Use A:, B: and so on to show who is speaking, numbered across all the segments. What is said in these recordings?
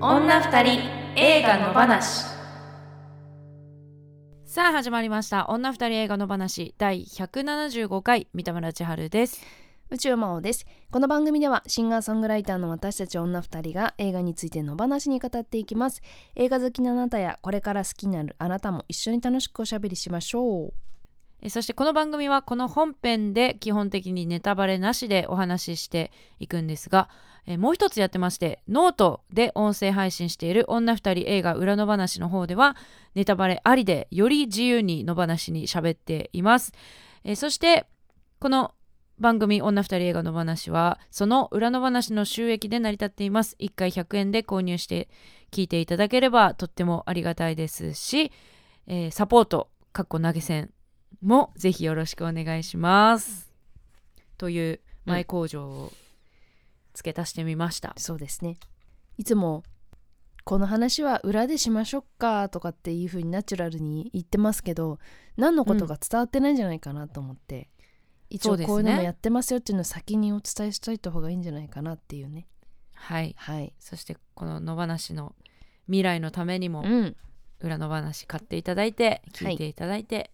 A: た二人映画の話さあ始まりました女二人映画の話第175回三田村千春です
B: 宇宙魔王ですこの番組ではシンガーソングライターの私たち女二人が映画についての話に語っていきます映画好きなあなたやこれから好きになるあなたも一緒に楽しくおしゃべりしましょう
A: えそしてこの番組はこの本編で基本的にネタバレなしでお話ししていくんですがえもう一つやってましてノートで音声配信している女二人映画裏の話の方ではネタバレありでより自由に野放しに喋っていますえそしてこの番組「女二人映画の話は」その裏の話の収益で成り立っています1回100円で購入して聞いていただければとってもありがたいですし、えーサポートかっこ投げ銭もぜひよろしくお願いします。という前工場を付け足してみました。
B: そうですねいつもこの話は裏でしましょうかとかっていう風にナチュラルに言ってますけど何のことが伝わってないんじゃないかなと思って、一
A: そう
B: 応
A: ですね
B: こういうのもやってますよっていうのを先にお伝えしといた方がいいんじゃないかなっていうね
A: はい。
B: はい
A: そしてこの野放しの未来のためにも
B: うん
A: 裏の話買っていただいて
B: は
A: 聞
B: い
A: いていただいて、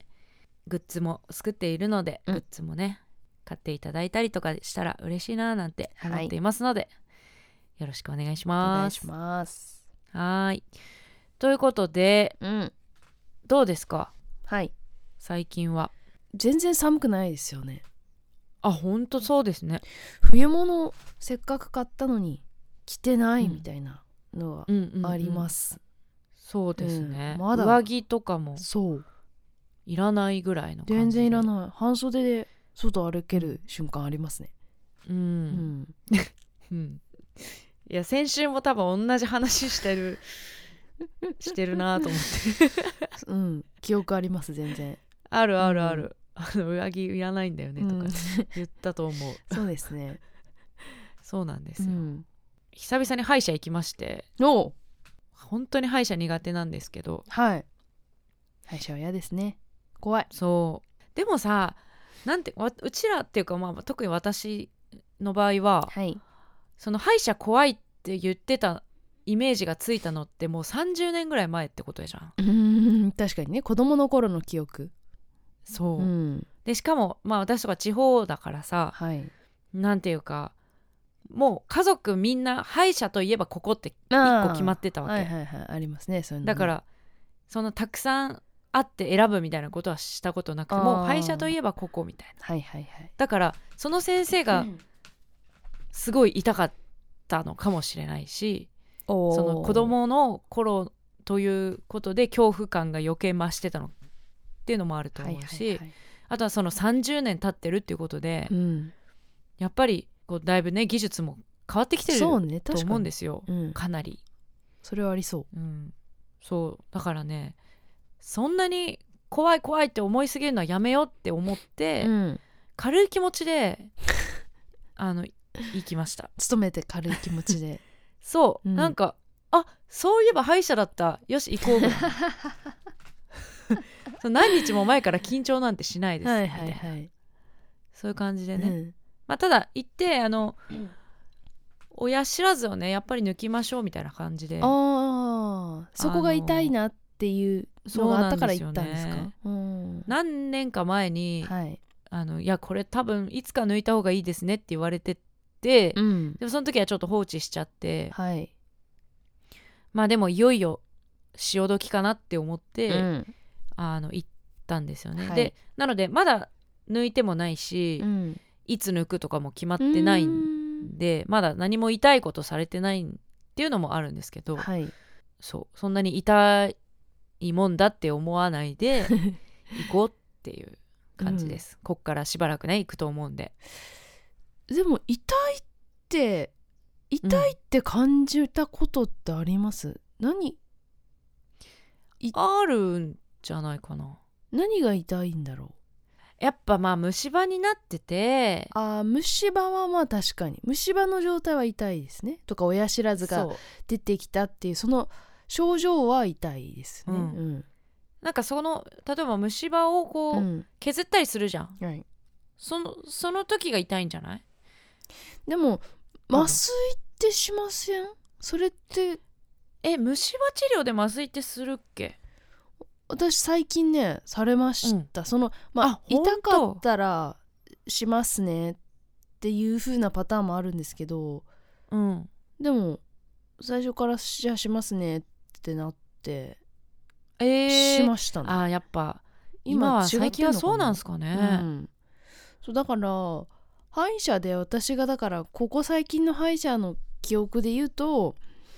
A: グッズも作っているので、
B: うん
A: グッズもね買っていただいたりとかしたら嬉しいななんて
B: はい
A: 思っていますので、よろしくお願いし
B: お願
A: ま
B: い
A: す。
B: します
A: はーいということで
B: うん
A: どうですか
B: はい
A: 最近は。
B: 全然寒くないですよね
A: あほんとそうですね。
B: 冬物せっかく買ったのに着てない
A: うん
B: みたいなのは
A: うんうんうん
B: あります、
A: そうですね、
B: うんまだ
A: 上着とかも
B: そう
A: いらないぐらいの感じで
B: 全然いらない半袖で外歩ける瞬間ありますね
A: う、
B: うんん、
A: うん、いや先週も多分同じ話してるしてるなと思って
B: うん、記憶あります全然、
A: あるある
B: うん
A: ある、あの上着いらないんだよねと
B: う
A: か
B: ん
A: 言ったと思う、
B: そうですね、
A: そうなんです
B: う
A: よ、
B: ん、
A: 久々に歯医者行きまして
B: お
A: 本当に歯医者苦手なんですけど
B: はい歯医者は嫌ですね怖い
A: そうでもさなんてわうちらっていうか、まあ、特に私の場合は
B: はい
A: その歯医者怖いって言ってたイメージがついたのってもう30年ぐらい前ってことじゃん
B: うーん確かにね子供の頃の記憶
A: そう、
B: うん
A: でしかもまあ私とか地方だからさ
B: はい
A: なんていうかもう家族みんな歯医者といえばここって
B: あ
A: 一
B: ー
A: 個決まってたわけ、
B: はいはいはいありますねそういうのね
A: だからそのたくさんあって選ぶみたいなことはしたことなくて
B: あー
A: もう歯医者といえばここみたいな
B: はいはいはい
A: だからその先生が
B: うん
A: すごい痛かったのかもしれないし、
B: おー
A: その子供の頃ということで恐怖感が余計増してたのっていうのもあると思うし、
B: はいはいはい
A: あとはその30年経ってるっていうことで、
B: うん、
A: やっぱりこうだいぶね技術も変わってきてる
B: そう
A: と
B: ね確かに
A: 思うんですよ
B: うん、
A: かなり。
B: それはありそ
A: うん、そうだからねそんなに怖い怖いって思いすぎるのはやめようって思っ
B: う、
A: て、
B: ん、
A: 軽い気持ちであの行きました
B: 勤めて軽い気持ちで
A: そう、
B: うん
A: なんかあそういえば歯医者だったよし行こう ぐらいそう何日も前から緊張なんてしないです
B: はいはい
A: みたいな
B: はい、
A: そういう感じで
B: う
A: ね、
B: ん、
A: まあただ行ってあの親知らずをねやっぱり抜きましょうみたいな感じで
B: ああそこが痛いなっていうのがあったから行ったんですか
A: そうなんで
B: うん
A: 何年か前に、
B: はい、
A: あのいやこれ多分いつか抜いた方がいいですねって言われてて、
B: うん、
A: でもその時はちょっと放置しちゃって、
B: はい、
A: まあでもいよいよ潮時かなって思って、
B: うん
A: あの行ったんですよね、
B: はい
A: でなのでまだ抜いてもないし、
B: うん、
A: いつ抜くとかも決まってないん
B: う
A: でまだ何も痛いことされてないっていうのもあるんですけ
B: ー
A: ど、
B: んはい
A: そうそんなに痛いもんだって思わない で行こうっていう感じです、こっからしばらくね行くと思うんで
B: でも痛いって痛いって感じたことってあります、何
A: あるんじゃないかな
B: 何が痛いんだろ
A: やっぱまあ虫歯になってて
B: うあー虫歯はまあ確かに虫歯の状態は痛いですねとか親知らずが
A: そう
B: 出てきたっていうその症状は痛いですね。
A: う
B: うんん
A: なんかその例えば虫歯をこう、
B: うん
A: 削ったりするじゃん
B: はい、
A: そのその時が痛いんじゃない
B: でも麻酔ってしませんそれって
A: え虫歯治療で麻酔ってするっけ
B: 私最近ねされました、そのまあ
A: あほんと
B: 痛かったらしますねっていう風なパターンもあるんですけど
A: うん
B: でも最初からじゃあしますねってなって
A: え
B: し
A: ー、
B: ましたね、
A: あーやっぱ今は
B: 違ってのか
A: 最近はそうなんすかね、
B: うん、そうだから歯医者で私がだからここ最近の歯医者の記憶で言うと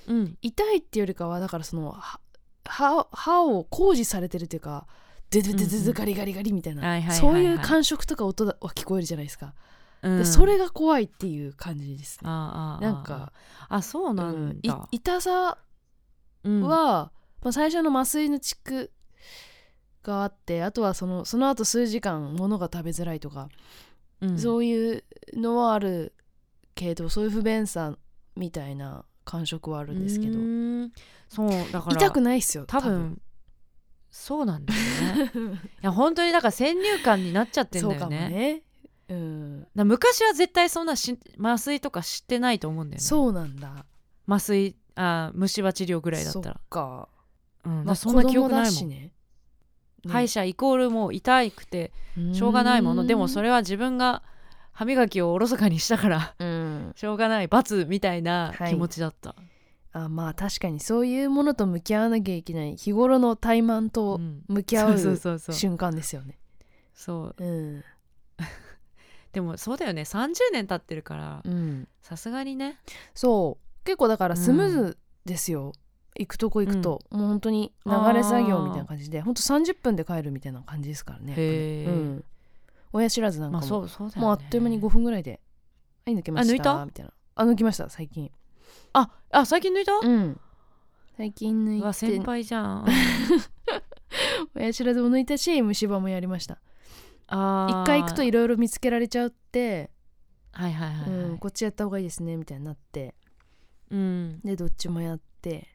A: うん、
B: 痛いっていうよりかはだからそのは歯歯を工事されてるっていうかデデデデ
A: うんう
B: デ
A: ん
B: ガリガリガリみたい
A: はいはいはい
B: な
A: はい
B: そういう感触とか音だは聞こえるじゃないですか、
A: うん
B: でそれが怖いっていう感じですね
A: あーあーあー
B: なんか
A: あそうな
B: うんんい
A: だ、
B: 痛さ
A: うん
B: は、まあ、最初の麻酔のチクがあってあとはそのその後数時間物が食べづらいとか
A: うん
B: そういうのはあるけどそういう不便さみたいな感触はあるんですけど
A: うーんそうだから
B: 痛くないっすよ
A: 多分そうなんだよねいや本当にだから先入観になっちゃってん
B: そう
A: だよ
B: かも
A: ね
B: ね、うん、
A: だから昔は絶対そんなし麻酔とか知ってないと思うんだよね
B: そうなんだ
A: 麻酔あー虫歯治療ぐらいだった
B: そ
A: ら
B: っか,、
A: うん、だか
B: ま
A: ら
B: あ、
A: そんな記憶ない
B: 子供だ
A: も
B: し
A: ん、
B: ね
A: 歯医者イコールもう痛くてしょうがないものでもそ
B: れ
A: れは自分が歯磨きをおろそかにしたから
B: うん
A: しょうがない罰みたいな
B: はい
A: 気持ちだった、
B: あまあ確かにそういうものと向き合わなきゃいけない日頃の怠慢
A: う
B: と
A: ん
B: 向き合う,、
A: そうそうそうそう
B: 瞬間ですよね
A: そう
B: うん
A: でもそうだよね30年経ってるから
B: うん
A: さすがにね
B: そう結構だからスムーズですよ、行くとこ行くと、もう本当に流れ作業みたいな感じでほんと30分で帰るみたいな感じですからね
A: へー
B: うん、親知らずなん
A: ま
B: か
A: あ
B: も、
A: そうそうだよね
B: もうあっという間に5分ぐらいで「はい抜けました」
A: あ抜いた
B: みたいなあ抜きました最近
A: ああ最近抜いた
B: うん最近
A: う
B: 抜
A: わ先
B: いて
A: 輩じゃん
B: 親知らずも抜いたし虫歯もやりました
A: あー
B: 一回行くといろいろ見つけられちゃって、
A: はいはいはいはい、
B: うん、こっちやった方がいいですねみたいになって
A: うん、
B: でどっちもやって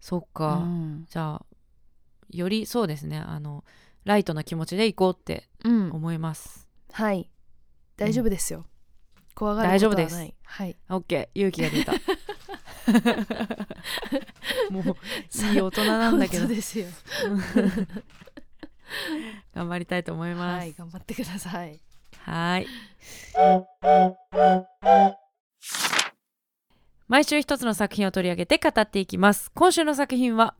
A: そっか、
B: うん
A: じゃあよりそうですねあのライトな気持ちで行こうって
B: うん
A: 思います、
B: はい大丈夫ですよ、怖がる
A: 大丈
B: こ
A: 夫
B: と
A: で
B: は
A: す
B: ないはい
A: オッケー勇気が出た もういい大人なんだけど
B: 本当ですよ
A: 頑張りたいと思いま
B: は
A: す
B: い頑張ってください
A: はい毎週一つの作品を取り上げて語っていきます今週の作品は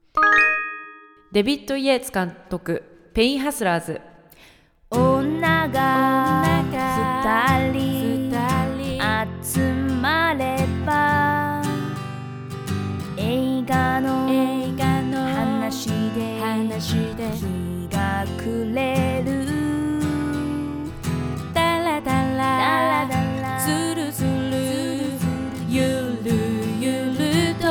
A: デビッド・イエーツ監督ペイン・ハスラーズ
C: 女が二人集まれば映画の話で日が暮れるダラダラズルズルゆるゆると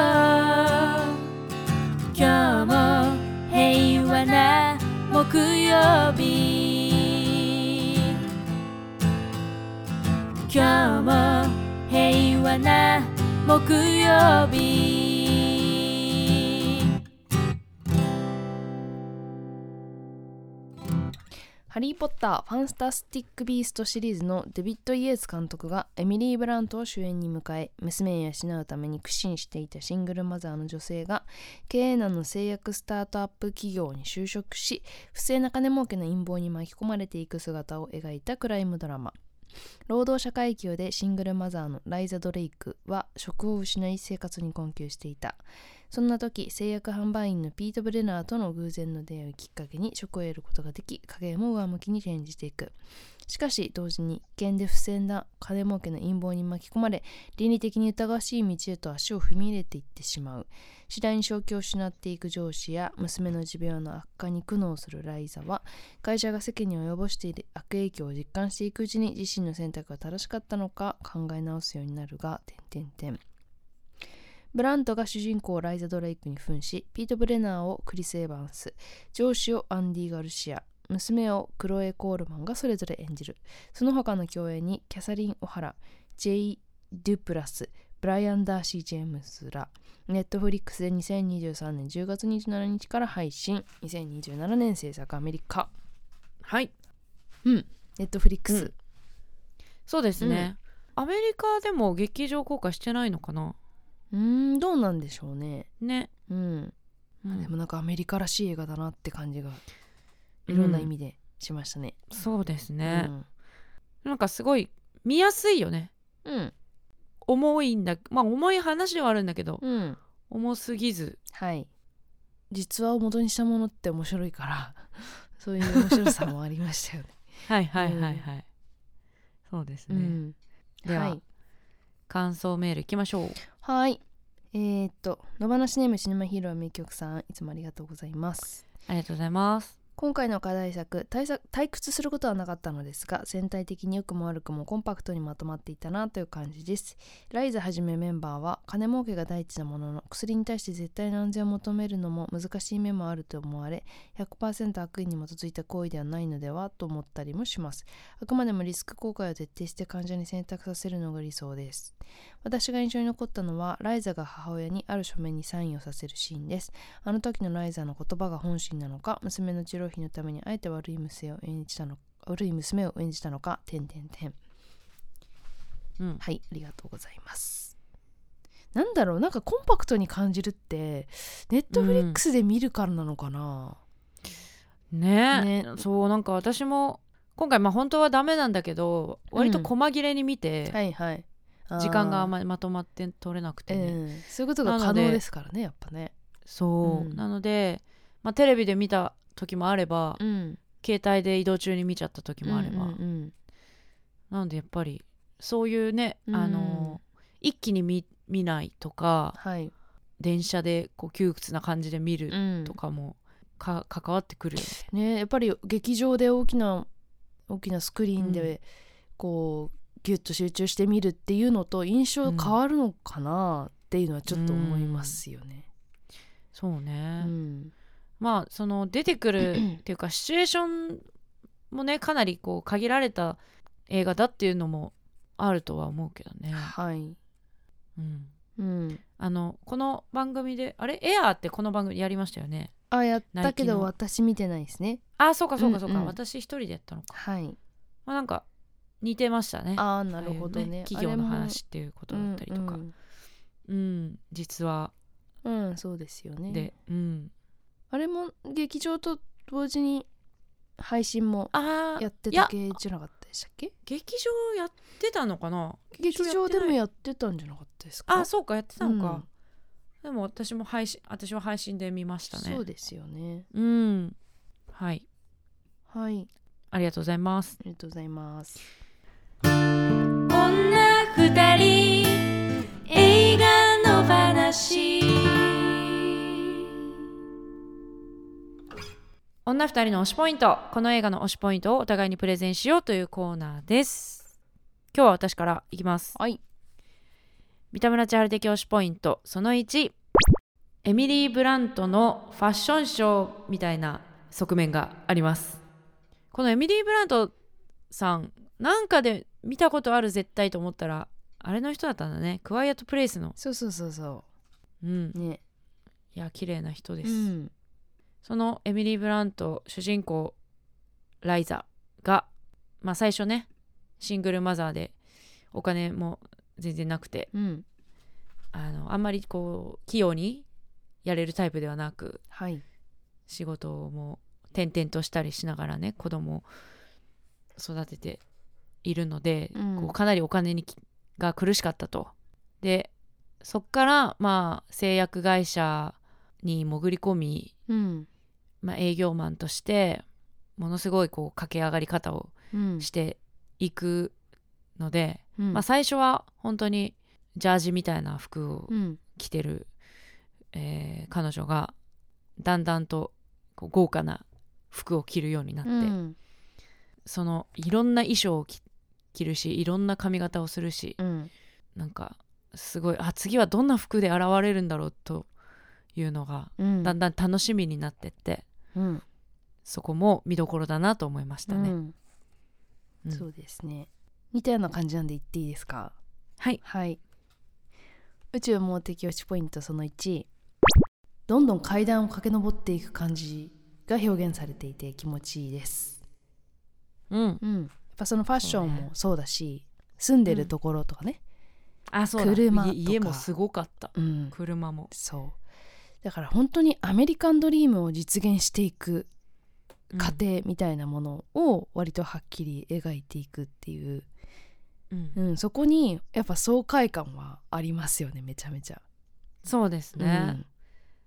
C: 今日も平和な木曜日今日も平和な木曜日
B: ハリー・ポッター・ファンスタスティック・ビーストシリーズのデビッド・イエーツ監督がエミリー・ブラントを主演に迎え娘を養うために苦心していたシングルマザーの女性が経営難の製薬スタートアップ企業に就職し不正な金儲けの陰謀に巻き込まれていく姿を描いたクライムドラマ労働者階級でシングルマザーのライザ・ドレイクは職を失い生活に困窮していたそんな時製薬販売員のピート・ブレナーとの偶然の出会いをきっかけに職を得ることができ家計も上向きに転じていくしかし同時に危険で不正な金儲けの陰謀に巻き込まれ倫理的に疑わしい道へと足を踏み入れていってしまう次第に正気を失っていく上司や娘の持病の悪化に苦悩するライザは会社が世間に及ぼしている悪影響を実感していくうちに自身の選択が正しかったのか考え直すようになるが点々点ブラントが主人公ライザ・ドレイクに扮し、ピート・ブレナーをクリス・エヴァンス、上司をアンディ・ガルシア、娘をクロエ・コールマンがそれぞれ演じる。その他の共演にキャサリン・オハラ、ジェイ・デュプラス、ブライアン・ダーシー・ジェームスら、ネットフリックスで2023年10月27日から配信、2027年制作アメリカ、
A: はい
B: ネットフリック
A: う
B: ス
A: ん。そうですね、アメリカでも劇場公開してないのかな
B: うーんどうなんでしょうね
A: ね、
B: うん、
A: うん
B: でもなんかアメリカらしい映画だなって感じがいろんな意味でしましたね、
A: そうです
B: うん
A: ね、なんかすごい見やすいよね
B: うん
A: 重いんだまあ重い話ではあるんだけど、
B: うん
A: 重すぎず
B: はい実話を元にしたものって面白いから そういう面白さもありましたよね。
A: はいはいはいはい、そうですね、
B: うん
A: では、
B: はい
A: 感想メールいきましょう
B: はいえー、っと「野放しネームシネマヒーロー名曲さんいつもありがとうございます」
A: ありがとうございます
B: 今回の課題作対策退屈することはなかったのですが全体的に良くも悪くもコンパクトにまとまっていたなという感じですライズはじめメンバーは金儲けが第一なものの薬に対して絶対の安全を求めるのも難しい面もあると思われ100%悪意に基づいた行為ではないのではと思ったりもしますあくまでもリスク公開を徹底して患者に選択させるのが理想です私が印象に残ったのはライザが母親にある書面にサインをさせるシーンですあの時のライザの言葉が本心なのか、娘の治療費のためにあえて悪い娘を演じたの悪い娘を演じたのか、てんてんてん。
A: うん
B: はい、ありがとうございます。なんだろう、なんかコンパクトに感じるって、ネットフリックスで見るからなのかな。
A: ね
B: ね
A: そうなんか私も今回まあ本当はダメなんだけど割と
B: うん
A: 細切れに見て、
B: はいはい。
A: 時間があ
B: ま
A: ままとまって取れなくてね、
B: うん、そういうことが可
A: なので
B: 能ですからね、やっぱね。
A: そう、
B: うん
A: なので、まあ、テレビで見た時もあれば、
B: うん。
A: 携帯で移動中に見ちゃった時もあれば、
B: うんうん
A: なのでやっぱりそういうね、
B: うん
A: あの一気に見見ないとか
B: はい。
A: 電車でこう窮屈な感じで見
B: う
A: る
B: ん
A: とかも、か関わってくるよね
B: ねやっぱり劇場で大きな大きなスクリーン
A: うん
B: でこう、ギュッと集中して見るっていうのと印象変わるのかなっていうのはちょっと思いますよね。
A: そう
B: う
A: ね、
B: ん
A: まあその出てく るっていうかシチュエーションもねかなりこう限られた映画だっていうのもあるとは思うけどね、
B: はい、
A: うん、
B: うん、
A: あのこの番組であれエアーってこの番組でやりましたよね
B: あやったけ
A: ナイキの
B: ど私見てないですね。
A: あそうかそうかそうか、
B: うんうん
A: 私一人でやったのか、
B: はい、
A: まあ、なんか似てましたね
B: ああなるほど
A: ああいう
B: ね。
A: 企業の
B: あれも
A: 話っていうことだったりとか
B: う
A: うん、
B: ん
A: 実は
B: うんうんそうですよね。
A: で、うん、
B: あれも劇場と同時に配信も
A: ああ
B: やって
A: いや
B: た系じゃなかったでしたっけ
A: 劇場やってたのかな
B: 劇場
A: って
B: で
A: ない
B: もやってたんじゃなかったですか
A: あそうかやってたのか、でも私も配信私は配信で見ましたね
B: そうですよね
A: うんはい
B: はい
A: ありがとうございます
B: ありがとうございます
C: 女二人映画の話
A: 女二人の推しポイントこの映画の推しポイントをお互いにプレゼンしようというコーナーです今日は私からいきます
B: はい
A: 三田村千春的推しポイントその1エミリー・ブラントのファッションショーみたいな側面がありますこのエミリー・ブラントさんなんかで見たことある絶対と思ったらあれの人だったんだねクワイエット・プレイスの
B: そうそうそうそ
A: うん
B: うね
A: いや綺麗な人で
B: う
A: す、
B: ん
A: そのエミリー・ブラント主人公ライザが、まあ、最初ねシングルマザーでお金も全然なくて
B: うん
A: あのあんまりこう器用にやれるタイプではなく
B: はい
A: 仕事も転々としたりしながらね子供を育てているので、
B: うん
A: こうかなりお金にきが苦しかったと。でそっからまあ製薬会社に潜り込み
B: うん
A: まあ、営業マンとしてものすごいこう駆け上がり方を
B: うん
A: していくので、
B: うん
A: まあ、最初は本当にジャージみたいな服を
B: うん
A: 着てる、えー彼女がだんだんとこう豪華な服を着るようになって、
B: うん
A: そのいろんな衣装を着着るしいろんな髪型をするし
B: うん
A: なんかすごいあ次はどんな服で現れるんだろうというのが
B: うん
A: だんだん楽しみになってって。
B: うん
A: そこも見どころだなと思いましたね。
B: うん
A: うん
B: そうですね似たような感じなんで言っていいですか
A: はい。
B: はい宇宙盲的推しポイントその1どんどん階段を駆け上っていく感じが表現されていて気持ちいいです
A: うん。
B: うん、やっぱそのファッションもそうだし、住んでるところとかね、
A: あそうだ
B: 車
A: い家
B: とか
A: もすごかった
B: うん、
A: 車も、
B: そうだから本当にアメリカンドリームを実現していく
A: うん
B: 過程みたいなものを割とはっきり描いていくっていう、
A: うん
B: うん、そこにやっぱ爽快感はありますよねめちゃめちゃ。
A: そうですね、
B: うん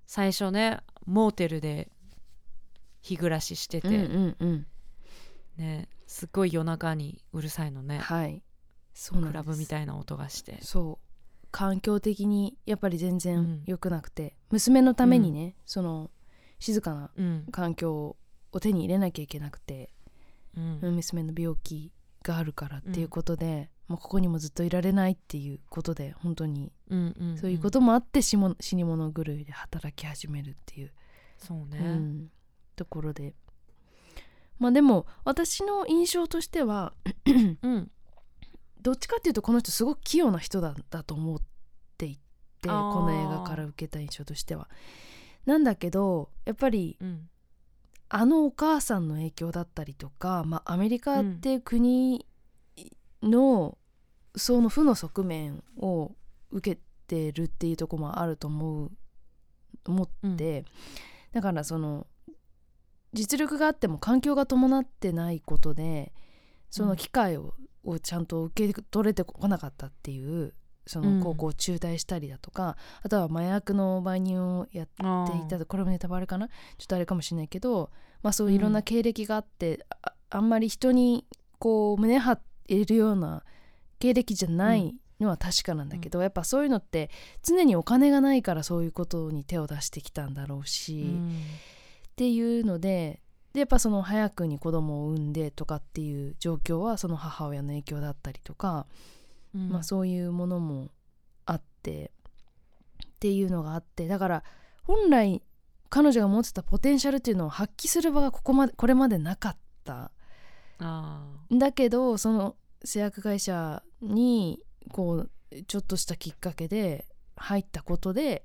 A: 最初ねモーテルで日暮らししてて、
B: うんうんうん
A: ねすっごい夜中にうるさいのね
B: はいそうなん
A: ク
B: です
A: ラブみたいな音がして
B: そう環境的にやっぱり全
A: う
B: 然
A: ん
B: 良くなくて、娘のためにね、その静かな
A: うん
B: 環境を手に入れなきゃいけなくて、
A: うん
B: 娘の病気があるからっていうことで、もうここにもずっといられないっていうことで本当に
A: うんんん
B: そういうこともあって死も死に物狂いで働き始めるっていう、
A: そうね、
B: うんところでまあでも私の印象としては
A: うん、
B: どっちかっていうとこの人すごく器用な人だだと思っていてこ
A: あー
B: の映画から受けた印象としては。なんだけどやっぱり
A: うん、
B: あのお母さんの影響だったりとか、まあ、アメリカって国のその負の側面を受けてるっていうところもあると思う思って、だからその実力があっても環境が伴ってないことでその機会を,、をちゃんと受け取れてこなかったっていうその高校を中退したりだとか、あとは麻薬の売人をやっ
A: あ
B: っていた
A: ー
B: とこれもネタバレかなちょっとあれかもしれないけど、まあ、そういう
A: うん
B: いろんな経歴があって、ああんまり人にこう胸張れるような経歴じゃないのは確かなんだけど、やっぱそういうのって常にお金がないからそういうことに手を出してきたんだろうし、
A: うん
B: っていうのででやっぱその早くに子供を産んでとかっていう状況はその母親の影響だったりとか、
A: うん
B: まあ、そういうものもあってっていうのがあってだから本来彼女が持ってたポテンシャルっていうのを発揮する場がここまでこれまでなかった
A: あー
B: んだけどその製薬会社にこうちょっとしたきっかけで入ったことで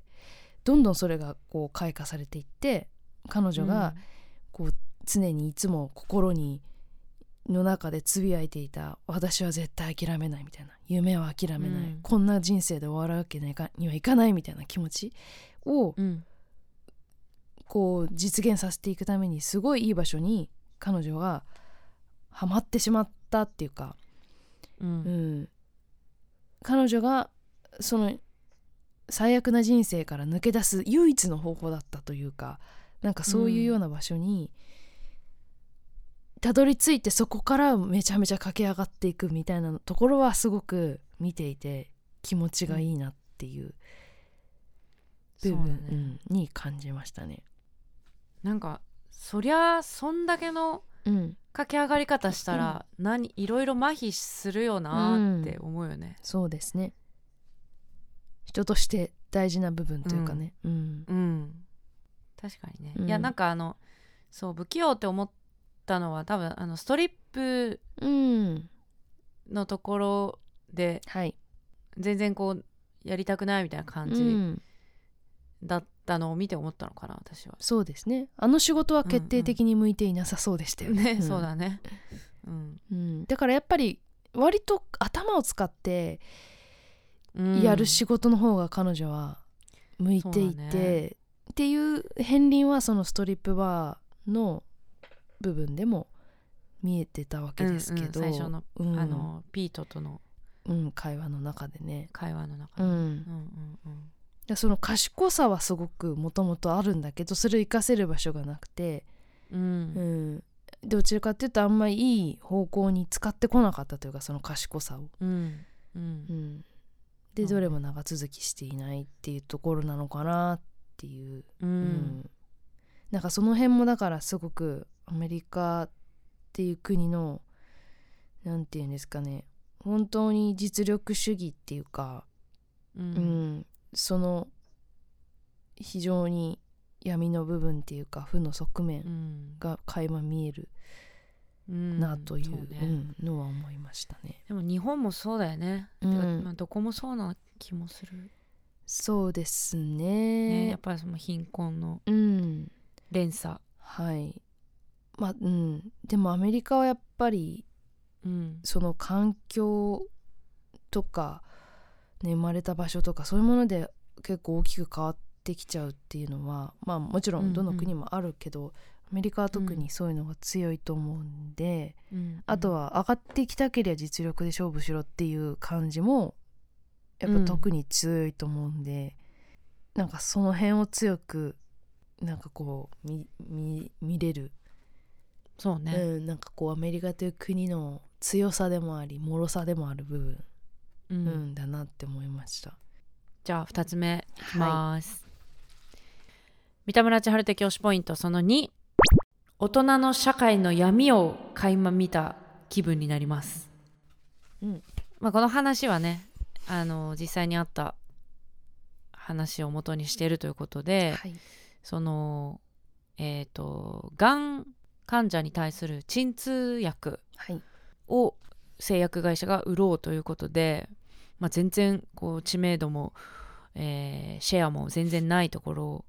B: どんどんそれがこう開花されていって彼女が、常にいつも心にの中でつぶやいていた「私は絶対諦めない」みたいな「夢は諦めない」
A: うん
B: こんな人生で終わるわけにはいかにはいかない」みたいな気持ち
A: う
B: を
A: んうん
B: こう実現させていくためにすごいいい場所に彼女がハマってしまったっていうか、
A: うん
B: うん、彼女がその最悪な人生から抜け出す唯一の方法だったというかなんかそういうような場所にたどり着いてそこからめちゃめちゃ駆け上がっていくみたいなところはすごく見ていて気持ちがいいなっていう
A: そ
B: 部
A: うだ
B: 分、
A: ね
B: うんに感じましたね。
A: なんかそりゃそんだけの
B: うん、
A: 駆け上がり方したら、何いろいろ麻痺するよなって思うよね。
B: そうですね人として大事な部分というかね。うん
A: うん、確かにね。
B: うん
A: いやなんかあのそう不器用って思ったのは多分あのストリップ
B: うん、
A: のところで
B: はい、
A: 全然こうやりたくないみたいな感
B: う
A: じ
B: ん
A: だったのを見て思ったのかな私は。
B: そうですねあの仕事は決定的に向いていなさそうでしたよね,ん、
A: ね、 そうだね。うん、
B: うんだからやっぱり割と頭を使って
A: うん
B: やる仕事の方が彼女は向いて
A: そ
B: いて、
A: うだね
B: っていう片鱗はそのストリップバーの部分でも見えてたわけですけど、
A: うんうん最初の
B: うん
A: あのピートとの
B: うん会話の中でね、
A: 会話の中
B: う
A: で。う
B: ん
A: んうんうん
B: でその賢さはすごくもともとあるんだけどそれを活かせる場所がなくて、
A: う
B: うんん、どちらかっていうとあんまりいい方向に使ってこなかったというかその賢さを。
A: うんう
B: うんん、
A: そ
B: で
A: うね
B: どれも長続きしていないっていうところなのかなっていう、
A: う
B: うんなんかその辺もだからすごくアメリカっていう国のなんていうんですかね本当に実力主義っていうか、
A: う
B: うんん、その非常に闇の部分っていうか負の側面が垣間見える
A: うん
B: なという,、
A: そうね
B: んのは思いましたね。
A: でも日本もそうだよね、
B: うん
A: てかまあ、どこもそうな気もする、
B: そうです
A: ね
B: ね
A: やっぱりその貧困の
B: うん
A: 連鎖、
B: はいまあうんでもアメリカはやっぱり
A: うん
B: その環境とかね、生まれた場所とかそういうもので結構大きく変わってきちゃうっていうのはまあもちろんどの国もあるけど、アメリカは特にそういうのが強いと思うんで、
A: うん
B: あとは上がってきたけりゃ実力で勝負しろっていう感じもやっぱ特に強いと思うんで、なんかその辺を強くなんかこう見見見れる、
A: そう
B: う
A: ね、
B: ん、なんかこうアメリカという国の強さでもあり脆さでもある部分、
A: う
B: うんんだなって思いました。
A: じゃあ2つ目いきます、三田村千春的推しポイントその2大人の社会の闇を垣間見た気分になります、
B: うん
A: まあ、この話はねあの実際にあった話を元にしてるということで、
B: い、
A: そのえっ、とがん患者に対する鎮痛薬
B: はい、
A: を製薬会社が売ろうということで、まあ、全然こう知名度も、えーシェアも全然ないところ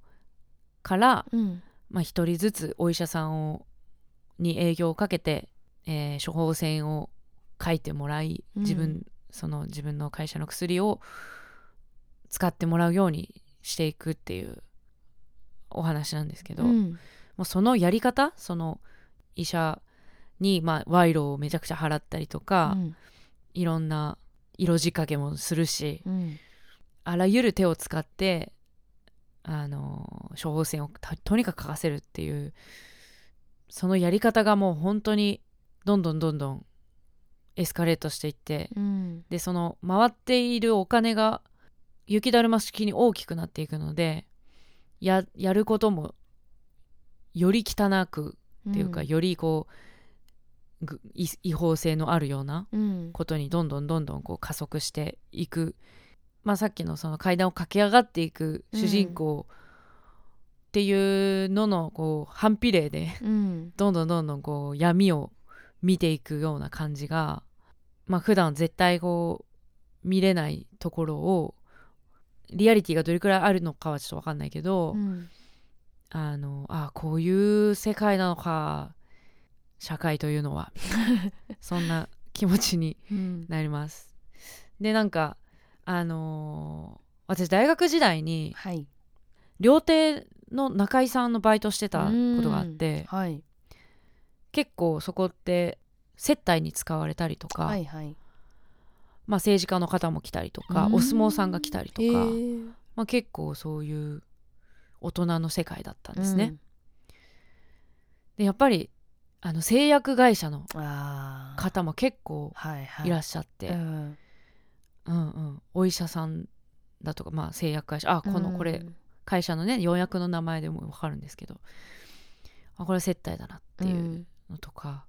A: から、
B: うん
A: まあ、1人ずつお医者さんをに営業をかけて、えー処方箋を書いてもらい
B: うん
A: 自分、その自分の会社の薬を使ってもらうようにしていくっていうお話なんですけど、
B: うん
A: もうそのやり方その医者に、まあ、賄賂をめちゃくちゃ払ったりとか、
B: うん
A: いろんな色仕掛けもするし
B: うん
A: あらゆる手を使ってあの処方箋をととにかく書かせるっていうそのやり方がもう本当にどんどんどんどんエスカレートしていって
B: うん
A: でその回っているお金が雪だるま式に大きくなっていくのでややることもより汚くっていうか、よりこうぐ違違法性のあるような
B: うん
A: ことにどんどんどんどんこう加速していく、まあ、さっきのその階段を駆け上がっていく主人公っていうののこう反比例で
B: うん
A: どんどんどんどんこう闇を見ていくような感じが、まあ普段絶対こう見れないところをリアリティがどれくらいあるのかはちょっと分かんないけど、
B: うん
A: あのあこういう世界なのか社会というの はそんな気持ちに
B: うん
A: なります。でなんかあのー私大学時代に
B: はい
A: 料亭の中井さんのバイトしてたことがあって
B: はい
A: 結構そこって接待に使われたりとか、
B: はいはい
A: まあ、政治家の方も来たりとか
B: うん
A: お相撲さんが来たりと
B: へ
A: か、
B: ー
A: まあ、結構そういう大人の世界だったんですね。でやっぱりあの製薬会社の
B: うんああ
A: 方も結構
B: はいはい
A: いら
B: っ
A: っしゃって、
B: うん
A: うんうん、お医者さんだとか、まあ、製薬会社あこのこれ、会社のね予約の名前でも分かるんですけどあこれ接待だなっていうのとか、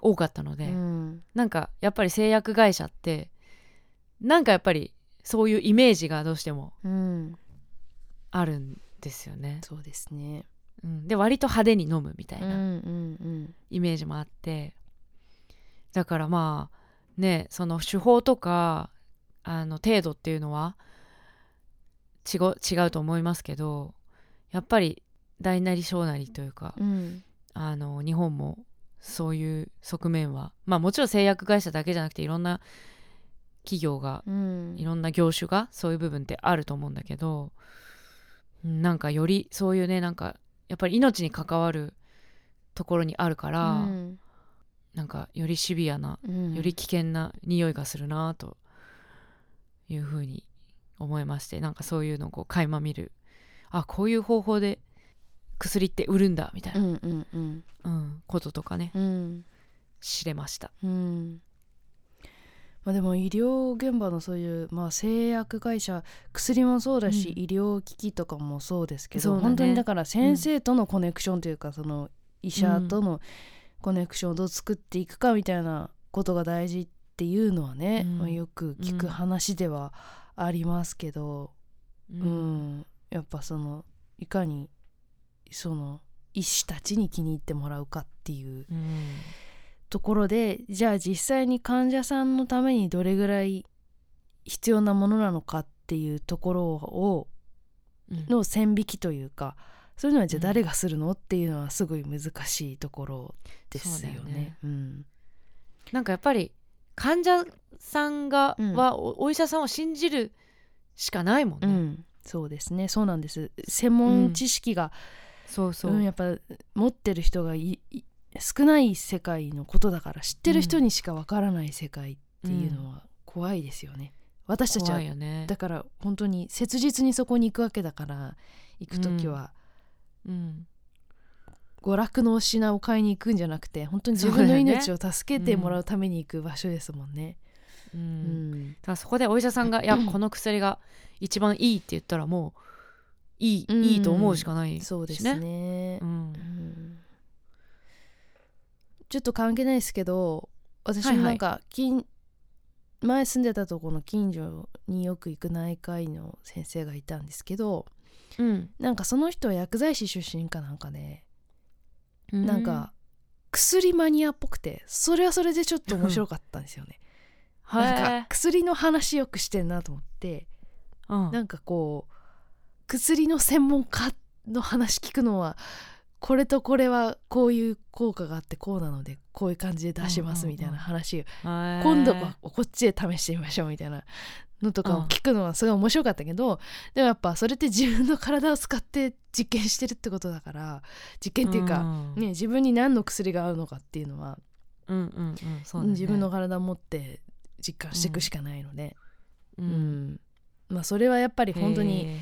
A: 多かったので、
B: うん
A: なんかやっぱり製薬会社ってなんかやっぱりそういうイメージがどうしても
B: うん
A: あるんですよね。
B: そうですね
A: うん、で割と派手に飲むみたい
B: うん
A: な
B: うん
A: イメージもあって、だからまあねその手法とかあの程度っていうのは違う違うと思いますけどやっぱり大なり小なりというか、
B: うんうん
A: あの日本もそういう側面はまあもちろん製薬会社だけじゃなくていろんな企業が
B: うん
A: いろんな業種がそういう部分ってあると思うんだけどうんなんかよりそういうねなんかやっぱり命に関わるところにあるから、
B: うん
A: なんかよりシビアな
B: うん
A: より危険な匂いがするなというふうに思いましてなんかそういうのをこう垣間見るあこういう方法で薬って売るんだみたいうな、
B: んうんうん
A: うんこととかね
B: うん
A: 知れました。
B: うんまあでも医療現場のそういう、まあ、製薬会社薬もそうだし、
A: うん
B: 医療機器とかもそうですけ
A: そ
B: ど、
A: うだね
B: 本当にだから先生とのコネクションというか、その医者とのコネクションをどう作っていくかみたいなことが大事っていうのはね、
A: うん
B: まあ、よく聞く話ではありますけど、
A: うん
B: うん、やっぱそのいかにその医師たちに気に入ってもらうかっていう
A: うん
B: ところでじゃあ実際に患者さんのためにどれぐらい必要なものなのかっていうところを
A: うん
B: の線引きというかそういうのはじゃあ
A: うん
B: 誰がするのっていうのはすごい難しいところですよ
A: そうだよね
B: ね。うん
A: なんかやっぱり患者さんが、
B: うん
A: はおお医者さんを信じるしかないもん
B: う
A: ね、
B: ん、そうですねそうなんです専門知識が、
A: そうそう、
B: うんやっぱ持ってる人がいい少ない世界のことだから知ってる人にしかわからない世界っていうのは怖いですよね、私たちは
A: 怖いよね
B: だから本当に切実にそこに行くわけだから行く時は
A: うん
B: 娯楽のお品を買いに行くんじゃなくて本当に自
A: そう
B: 分
A: だ
B: の
A: よね
B: 命を助けてもらうために行く場所ですもんね。
A: うん
B: うん
A: だからそこでお医者さんが「いやこの薬が一番いい」って言ったらもういい、
B: うん
A: いいと思うしかないし、ね、
B: そうですね
A: うん
B: うんちょっと関係ないですけど私
A: はい
B: も
A: はい
B: なんか近、前住んでたとこの近所によく行く内科医の先生がいたんですけど
A: うん
B: なんかその人は薬剤師出身かなんかねなんか薬マニアっぽくてそれはそれでちょっと面白かったんで すよね。
A: うん
B: なん
A: は
B: か薬の話よくしてんなと思って
A: い、うん
B: なんかこう薬の専門家の話聞くのはこれとこれはこういう効果があってこうなのでこういう感じで出します
A: うんうんう
B: み
A: ん
B: たいな話を
A: へー
B: 今度はこっちで試してみましょうみたいなのとかを聞くのはすごい面白かったけどでもやっぱそれって自分の体を使って実験してるってことだから実験っていうか。
A: ん
B: ね、自分に何の薬が合うのかっていうのは
A: うんうんうんそうだね
B: 自分の体を持って実感していくしかないので、
A: う
B: うんんまあ、それはやっぱり本当に
A: へー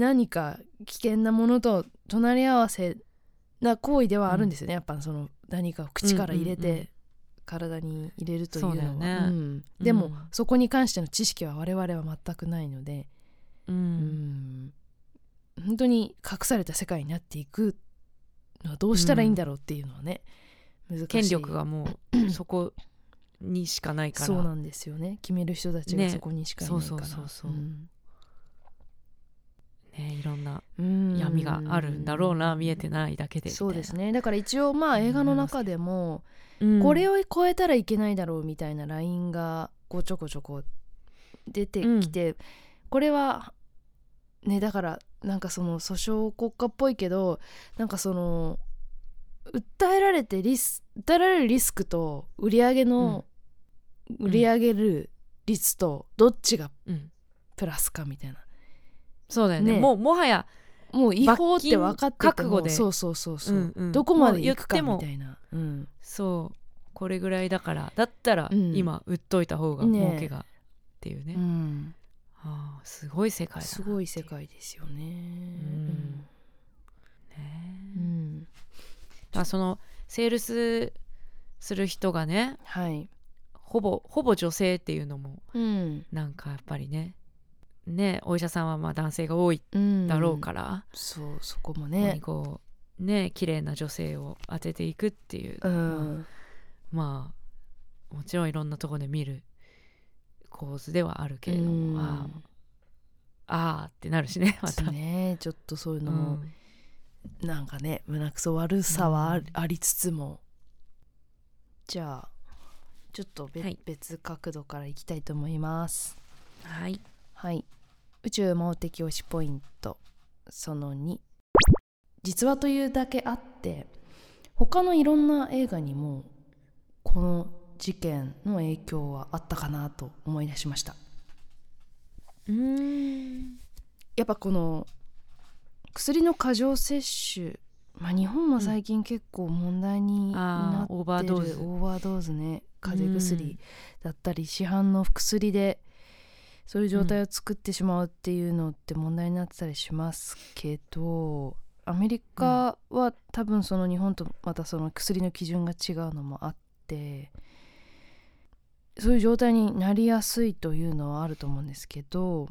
B: 何か危険なものと隣り合わせな行為ではあるんですよね、やっぱその何かを口から入れ
A: うんうんうん
B: て体に入れるというのは、
A: そうだよね
B: うんでも、
A: うん
B: そこに関しての知識は我々は全くないので、
A: う
B: うんん本当に隠された世界になっていくのはどうしたらいいんだろうっていうのはね、難しい
A: 権力がもうそこにしかないから
B: そうなんですよね決める人たちが
A: ね
B: そこにしかいないから、
A: そうそうそうそうんねいろんな
B: うん
A: 闇があるんだろうな見えてないだけでみたいな
B: そうですねだから一応まあ映画の中でも、
A: うん
B: これを超えたらいけないだろうみたいなラインがこうちょこちょこ出てきて、これはねだからなんかその訴訟国家っぽいけどなんかその訴えられてリス訴えられるリスクと売り上げの、
A: ん
B: 売り上げる率とどっちが
A: うん
B: プラスかみたいな
A: そうだよね
B: ね
A: もうもはや
B: もう違法って分かっ
A: 罰
B: てても
A: 金覚悟で
B: そうそうそうそう、
A: うんうん
B: どこまで行くか
A: も
B: み
A: う
B: た
A: 言
B: いな、うん、
A: そうこれぐらいだからだったら
B: うん
A: 今売っといた方が
B: ねえ
A: 儲けがっていうね
B: うん
A: ああすごい世界だな
B: すごい世界ですよね
A: うん
B: うんう
A: ね
B: ん
A: えあそのセールスする人がね
B: はい、
A: ほぼほぼ女性っていうのも
B: うん
A: なんかやっぱりねねお医者さんはまあ男性が多い
B: うん、
A: だろうから、
B: そうそこも
A: ここに
B: ね
A: こうね綺麗な女性を当てていくっていう、
B: うん
A: まあもちろんいろんなとこで見る構図ではあるけれども、あ
B: うん
A: あああってなるしねま
B: です
A: た。
B: ねちょっとそういう
A: う
B: のも、
A: ん
B: なんかね胸くそ悪さはあり,、
A: う
B: ありつつもじゃあちょっと別,、
A: はい
B: 別角度からいきたいと思います
A: はい、
B: はい宇宙魔王的推しポイントその2実話というだけあって他のいろんな映画にもこの事件の影響はあったかなと思い出しました
A: うん
B: やっぱこの薬の過剰摂取まあ日本は最近結構問題に
A: あ
B: な
A: ー
B: ってる、
A: オーバードーズ
B: オーバードーズね風邪
A: うん
B: 薬だったり市販の薬でそういう状態を作ってしまうっていうのって問題になってたりしますけどアメリカは多分その日本とまたその薬の基準が違うのもあってそういう状態になりやすいというのはあると思うんですけど、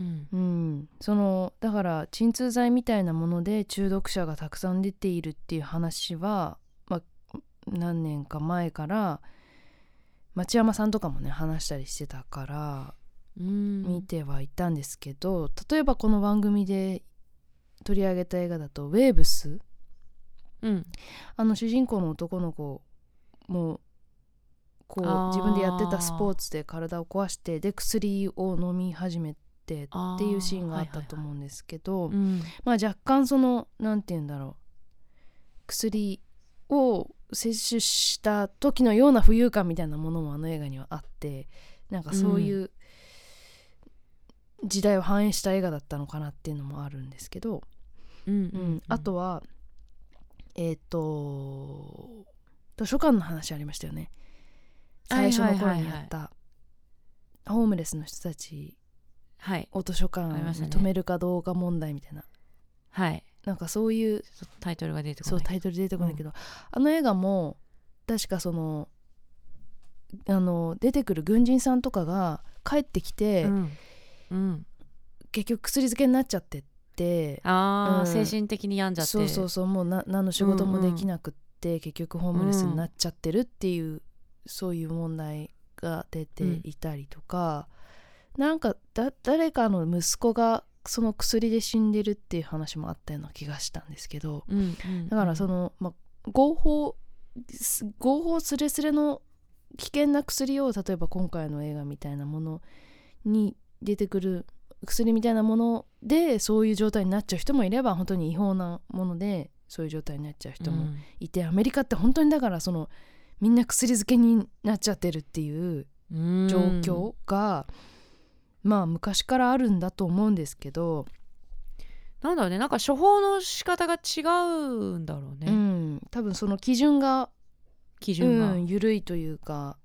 A: うん
B: うん、そのだから鎮痛剤みたいなもので中毒者がたくさん出ているっていう話は、まあ、何年か前から町山さんとかもね話したりしてたから
A: うん
B: 見てはいたんですけど、例えばこの番組で取り上げた映画だと「ウェーブス」
A: うん
B: あの主人公の男の子もこう
A: あー
B: 自分でやってたスポーツで体を壊してで薬を飲み始めてっていうシーンがあったと思うんですけど、
A: うん
B: まあ若干その何て言うんだろう薬を摂取した時のような浮遊感みたいなものもあの映画にはあってなんかそういう時代を反映した映画だったのかなっていうのもあるんですけど、
A: うん
B: うんあとはえっ、と図書館の話ありましたよね最初の頃にやったホームレスの人たち
A: はい
B: を図書館
A: ありましたね
B: に止めるかどうか問題みたいな、
A: はい
B: なんかそういう
A: ちょっとタイトルが出てこ
B: そ
A: な
B: う
A: い
B: タイトル出てこないけど、あの映画も確かそのあの出てくる軍人さんとかが帰ってきて、
A: うんうん、
B: 結局薬漬けになっちゃってって
A: ああ、
B: うん
A: 精神的に病んじゃって
B: そうそうそうもうな何の仕事もできなくって、結局ホームレスになっちゃってるっていう、そういう問題が出ていたりとか、なんかだ誰かの息子がその薬で死んでるっていう話もあったような気がしたんですけど、
A: うん、うん
B: だからその、まあ、合法す合法すれすれの危険な薬を例えば今回の映画みたいなものに出てくる薬みたいなものでそういう状態になっちゃう人もいれば本当に違法なものでそういう状態になっちゃう人
A: う
B: も
A: ん
B: いて、アメリカって本当にだからそのみんな薬漬けになっちゃってるっていう
A: うん
B: 状況が、まあ昔からあるんだと思うんですけど、
A: なんだろうねなんか処方の仕方が違うんだろうね、
B: うん、多分その基準が
A: 基準が、
B: うん、緩いというか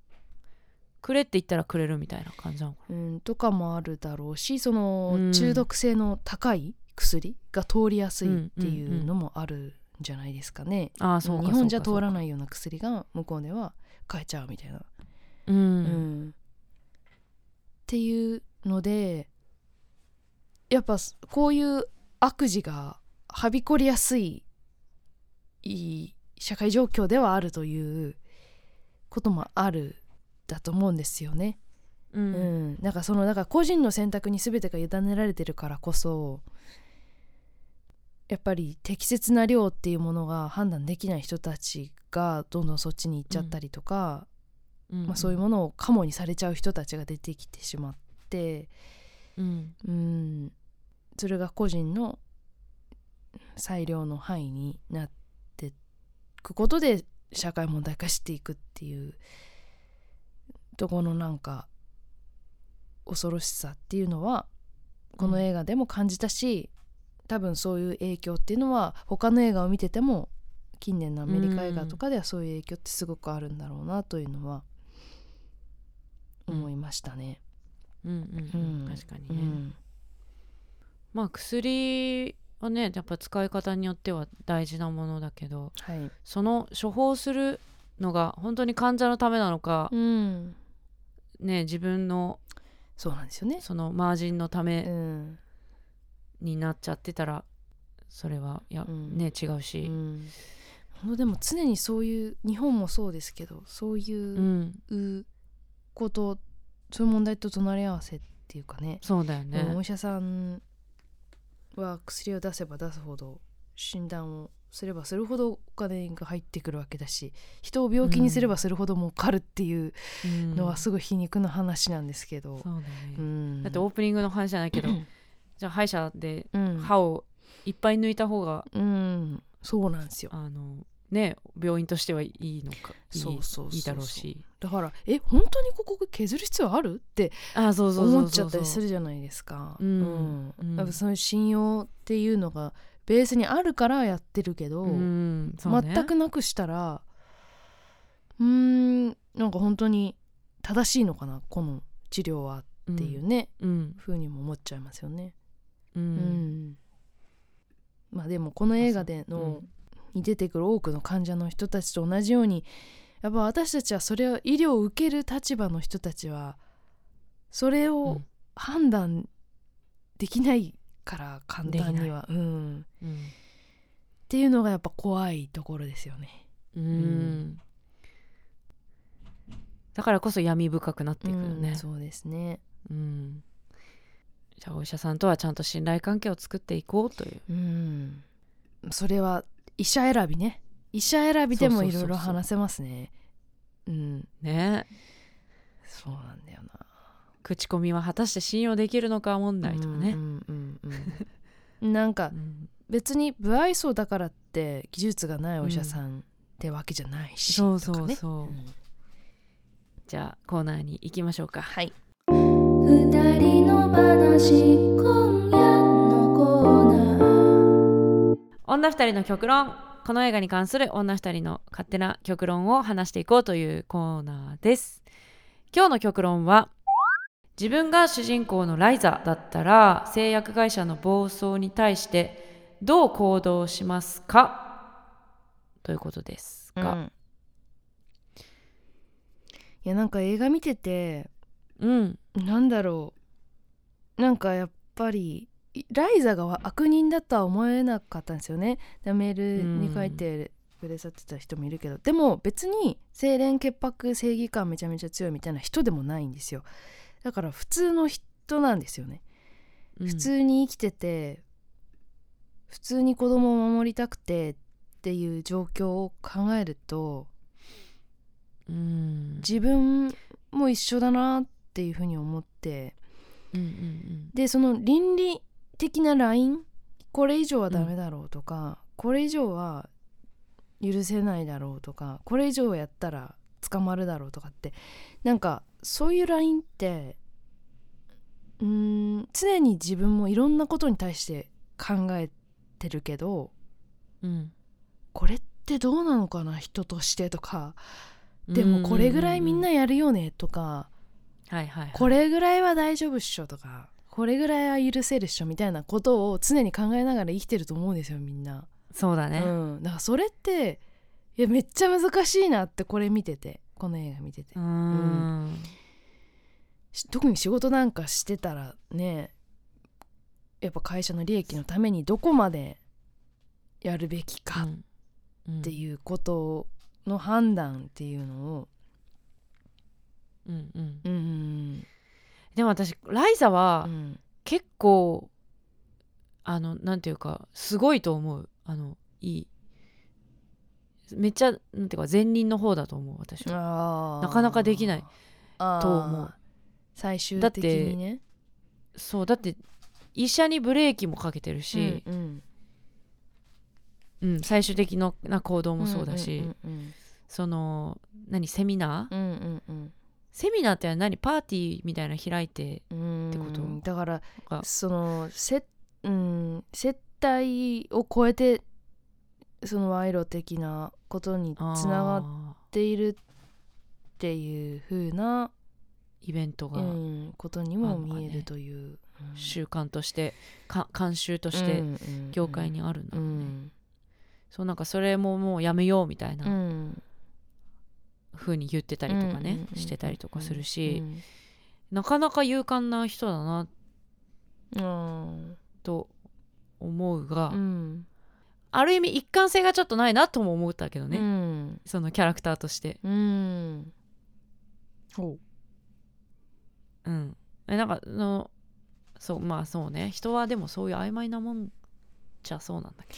A: くれって言ったらくれるみたいな感じなのか
B: うん、とかもあるだろうしその、
A: うん
B: 中毒性の高い薬が通りやすいってい
A: んうんう
B: うんのもあるんじゃないですかね。
A: なああそうか
B: 日本じゃ通ら
A: い
B: ないような薬が向こうでは買えちゃうみたいな。
A: う
B: うん
A: ん
B: っていうのでやっぱこういう悪事がはびこりやすいいい社会状況ではあるということもあるだと思うんですよね。
A: う
B: うんん、なんかそのなんか個人の選択に全てが委ねられてるからこそやっぱり適切な量っていうものが判断できない人たちがどんどんそっちに行っちゃったりとか、
A: うん
B: まあ、そういうものをカモにされちゃう人たちが出てきてしまって、
A: うん
B: うん、それが個人の裁量の範囲になっていくことで社会問題化していくっていうとこのなんか恐ろしさっていうのはこの映画でも感じたし、多分そういう影響っていうのは他の映画を見てても近年のアメリカ映画とかではそういう影響ってすごくあるんだろうなというのは思いましたね。
A: うんうん
B: うん
A: 確かに
B: う
A: ね、
B: ん
A: まあ薬はねやっぱ使い方によっては大事なものだけど
B: はい
A: その処方するのが本当に患者のためなのか、
B: うん、
A: ね自分の
B: そうなんですよね。
A: そのマージンのた
B: う
A: め
B: ん
A: になっちゃってたらそれはいや、
B: うん
A: ね違う
B: う
A: し、
B: ん、ほんとでも常にそういう日本もそうですけどそう
A: うん
B: いううこと、そういう問題と隣り合わせっていうかね
A: そうだよね、
B: うんお医者さんは薬を出せば出すほど診断をすればするほどお金が入ってくるわけだし人を病気にすればするほど儲かるっていう
A: うん
B: のはすごい皮肉な話なんですけど
A: そう、だね、
B: うん
A: だってオープニングの話じゃないけどじゃあ歯医者で
B: うん
A: 歯をいっぱい抜いた方が、
B: うん、そうなんですよ
A: あのね病院としてはいいのかいい
B: そうそうそうそう
A: いいだろうし
B: だからえ本当にここ削る必要あるって
A: あそうそうそうそう
B: 思っちゃったりするじゃないですか。
A: うん
B: う
A: うん
B: やっぱそういう信用っていうのがベースにあるからやってるけど、
A: うんそうね、
B: 全くなくしたらうーんなんか本当に正しいのかなこの治療はっていうね、
A: うん、
B: ふうにも思っちゃいますよね。
A: うん
B: うんまあでもこの映画での、
A: うん
B: に出てくる多くの患者の人たちと同じようにやっぱ私たちはそれを医療を受ける立場の人たちはそれ
A: う
B: を
A: ん
B: 判断できないから簡単には、うん、
A: うん
B: っていうのがやっぱ怖いところですよね。
A: うんだからこそ闇深くなっていくよ
B: う
A: ね
B: ん、そうですね、
A: うんじゃあお医者さんとはちゃんと信頼関係を作っていこうという
B: うん、それは医者選びね医者選びでもいろいろ話せますね。うん
A: ね
B: そうなんだよな。
A: 口コミは果たして信用できるのか問題とか
B: う
A: ね、
B: んうんうんうんなんか
A: うん
B: 別に不愛想だからって技術がないお医者さんってわけじゃないし
A: そうそ
B: とか
A: う
B: ね
A: そう、
B: うん
A: じゃあコーナーに行きましょうか
B: はい
C: 二人の話今夜のコ ーナー
A: 女二人の極論この映画に関する女二人の勝手な極論を話していこうというコーナーです今日の極論は自分が主人公のライザだったら製薬会社の暴走に対してどう行動しますかということです
B: う
A: が、
B: んいやなんか映画見てて
A: うん、
B: なんだろうなんかやっぱりいライザがわ悪人だとは思えなかったんですよねでメールに書いてくださってた人もいるけど、でも別に清廉潔白正義感めちゃめちゃ強いみたいな人でもないんですよだから普通の人なんですよね
A: うん
B: 普通に生きてて普通に子供を守りたくてっていう状況を考えると
A: うん
B: 自分も一緒だなっていうふうに思って
A: うんうん
B: でその倫理的なラインこれ以上はダメだろうとか、これ以上は許せないだろうとかこれ以上やったら捕まるだろうとかってなんかそういうラインってうーん常に自分もいろんなことに対して考えてるけど
A: うん
B: これってどうなのかな人としてとか
A: うん
B: でもこれぐらいみんなやるよねとか
A: はいはいはい
B: これぐらいは大丈夫っしょとかこれぐらいは許せるっしょみたいなことを常に考えながら生きてると思うんですよみんな。
A: そうだね、
B: うん、だからそれっていやめっちゃ難しいなってこれ見ててこの映画見てて、
A: うーん
B: し特に仕事なんかしてたらねやっぱ会社の利益のためにどこまでやるべきかっ
A: うん
B: ていうことの判断っていうのを、
A: うんうん
B: うん
A: でも私ライザは、
B: うん
A: 結構あのなんていうかすごいと思うあのいいめっちゃなんていうか善人の方だと思う私は
B: あー
A: なかなかできないと思
B: あー
A: う
B: 最終的にね
A: そうだって医者にブレーキもかけてるし、
B: うんうん
A: うん最終的のな行動もそうだし、
B: うん
A: その何セミナー、
B: うんうんうん
A: セミナーって何パーティーみたいなの開いて
B: うん
A: ってこと
B: だから
A: が
B: そのせ、うん、接待を超えてその賄賂的なことにつ
A: あー
B: ながっているっていう風な、
A: イベント
B: う
A: が
B: ん、ことに
A: まあ
B: も
A: まあね
B: 見えるという、うん
A: 習慣として、か慣習として
B: うんうん
A: 業界にあるんだ
B: う
A: ろうね、
B: ん
A: そうなんかそれももうやめようみたいな、
B: うん
A: 風に言ってたりとか
B: うんうん
A: ね
B: うんうん
A: してたりとかする
B: う
A: し
B: ん
A: なかなか勇敢な人だな
B: うん
A: と思うが
B: うん
A: ある意味一貫性がちょっとないなとも思ったけど
B: う
A: ね
B: ん
A: そのキャラクターとして
B: うんほう
A: うんえなんかあのそうまあそうね人はでもそういう曖昧なもんじゃそうなんだけ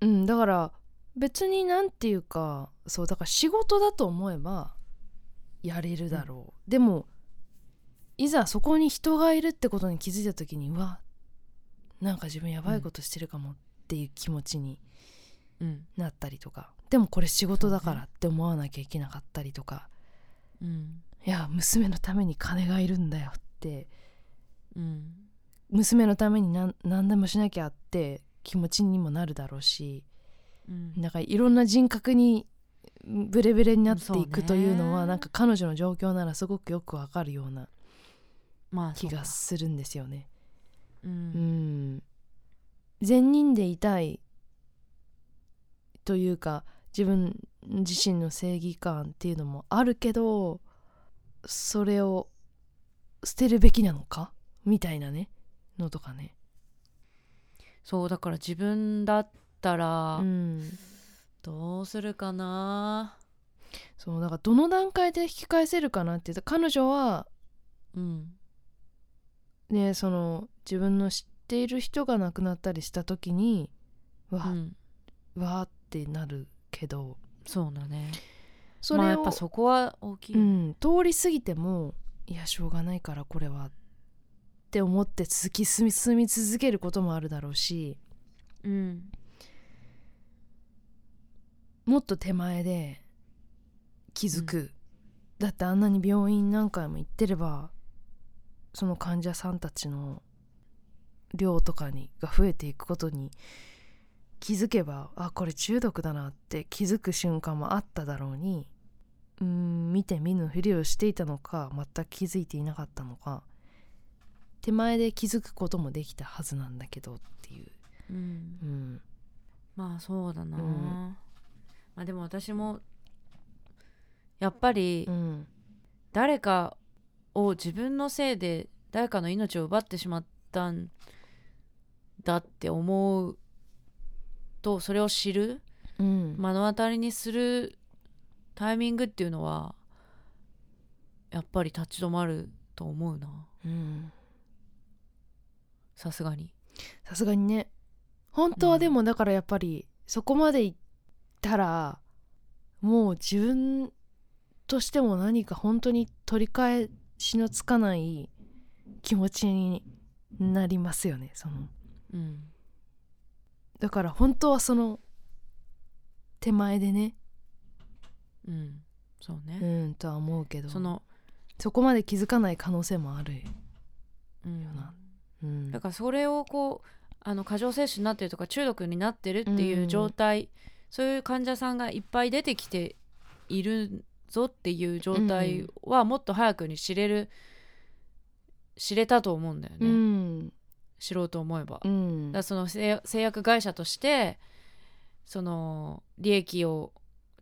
B: うんだから別になんていうかそうだから仕事だと思えばやれるだろう、でもいざそこに人がいるってことに気づいた時にうわなんか自分やばいことしてるかもっていう気持ちに
A: どうん
B: なったりとか、でもこれ仕事だからって思わなきゃいけなかったりとか、
A: うん
B: いや娘のために金がいるんだよって
A: うん
B: 娘のために何何でもしなきゃって気持ちにもなるだろうし。
A: うん
B: なんかいろんな人格にブレブレになってい
A: そう
B: く
A: ね
B: というのはなんか彼女の状況ならすごくよくわかるような
A: まあ
B: 気が
A: そう
B: するんですよね。
A: かう
B: うんん善人でいたいというか自分自身の正義感っていうのもあるけどそれを捨てるべきなのかみたいなねのとかね。
A: そうだから自分だったら
B: うん
A: どうするかな
B: そうだからどの段階で引き返せるかなって言った彼女は
A: うん
B: ねその自分の知っている人が亡くなったりした時に
A: う
B: わ、
A: ん
B: わーってなるけど
A: そうだね
B: それを、
A: まあやっぱそこは大きい、
B: うん、通り過ぎてもいやしょうがないからこれはって思って続き進み進み続けることもあるだろうし
A: うん
B: もっと手前で気づく、だってあんなに病院何回も行ってればその患者さんたちの量とかにが増えていくことに気づけばあこれ中毒だなって気づく瞬間もあっただろうにうーん見て見ぬふりをしていたのか全く気づいていなかったのか手前で気づくこともできたはずなんだけどっていう、
A: うん
B: うん、
A: まあそうだな、
B: うん
A: まあでも私もやっぱり
B: うん、
A: 誰かを自分のせいで誰かの命を奪ってしまったんだって思うとそれを知る
B: うん、
A: 目の当たりにするタイミングっていうのはやっぱり立ち止まると思うな
B: うん
A: さすがに
B: さすがにね本当はでもだからやっぱりそこまで行ったらもう自分としても何か本当に取り返しのつかない気持ちになりますよねその
A: うん
B: だから本当はその手前でね
A: うんそう
B: う
A: ね、
B: んとは思うけど
A: その、
B: そこまで気づかない可能性もある、
A: うん
B: なうん、
A: だからそれをこうあの過剰摂取になってるとか中毒になってるっていう状態、そういう患者さんがいっぱい出てきているぞっていう状態はもっと早くに知れる知れたと思うんだよ
B: う
A: ね、
B: ん
A: 知ろうと思えば。
B: う
A: だ
B: ん
A: からその製製薬会社としてその利益を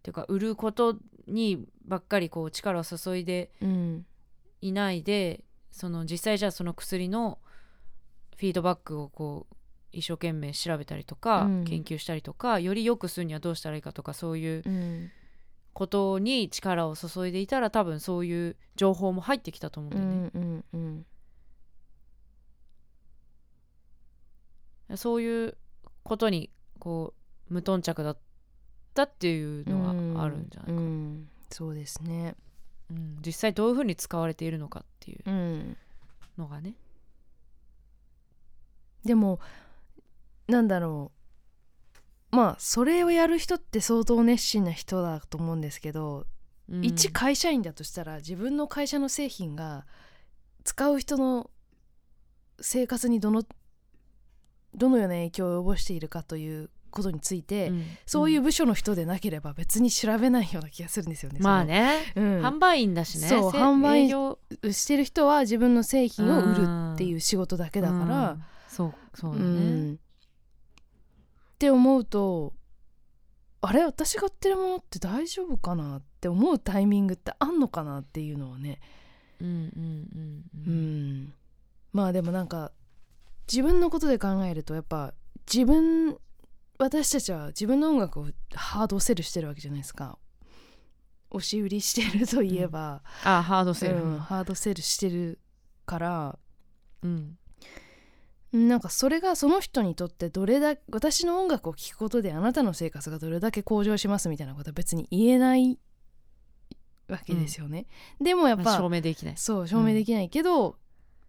A: っていうか売ることにばっかりこう力を注いで
B: うん
A: いないでその実際じゃあその薬のフィードバックをこう一生懸命調べたりとか、
B: うん
A: 研究したりとかより良くするにはどうしたらいいかとかそういう
B: うん
A: ことに力を注いでいたら多分そういう情報も入ってきたと思うん
B: う
A: だよね、
B: んうんうん
A: そういうことにこう無頓着だったっていうのがあるんじゃないかな、
B: うんうんそうですね
A: うん実際どういうふうに使われているのかっていう
B: うん
A: のがね、
B: でもなんだろうまあそれをやる人って相当熱心な人だと思うんですけど、
A: うん
B: 一会社員だとしたら自分の会社の製品が使う人の生活にどのどのような影響を及ぼしているかということについて、
A: うん
B: そういう
A: うん
B: 部署の人でなければ別に調べないような気がするんですよね。
A: まあね、
B: その、うん
A: 販売員だしね
B: そう
A: せ
B: 販売員
A: 営業
B: してる人は自分の製品を売るっていう仕事だけだから、
A: うんそうそう
B: う
A: だ
B: ん
A: ね、
B: って思うとあれ私が売ってるものって大丈夫かなって思うタイミングってあんのかなっていうのはね、
A: うんうんう
B: うんん、まあでもなんか自分のことで考えるとやっぱ自分私たちは自分の音楽をハードセルしてるわけじゃないですか押し売りしてるといえば、
A: あハードセル
B: うんハードセルしてるから
A: うん
B: なんかそれがその人にとってどれだけ私の音楽を聴くことであなたの生活がどれだけ向上しますみたいなことは別に言えないわけですよね、でもやっ
A: まあ
B: ぱ、
A: 証明できない
B: そう証明できないけど、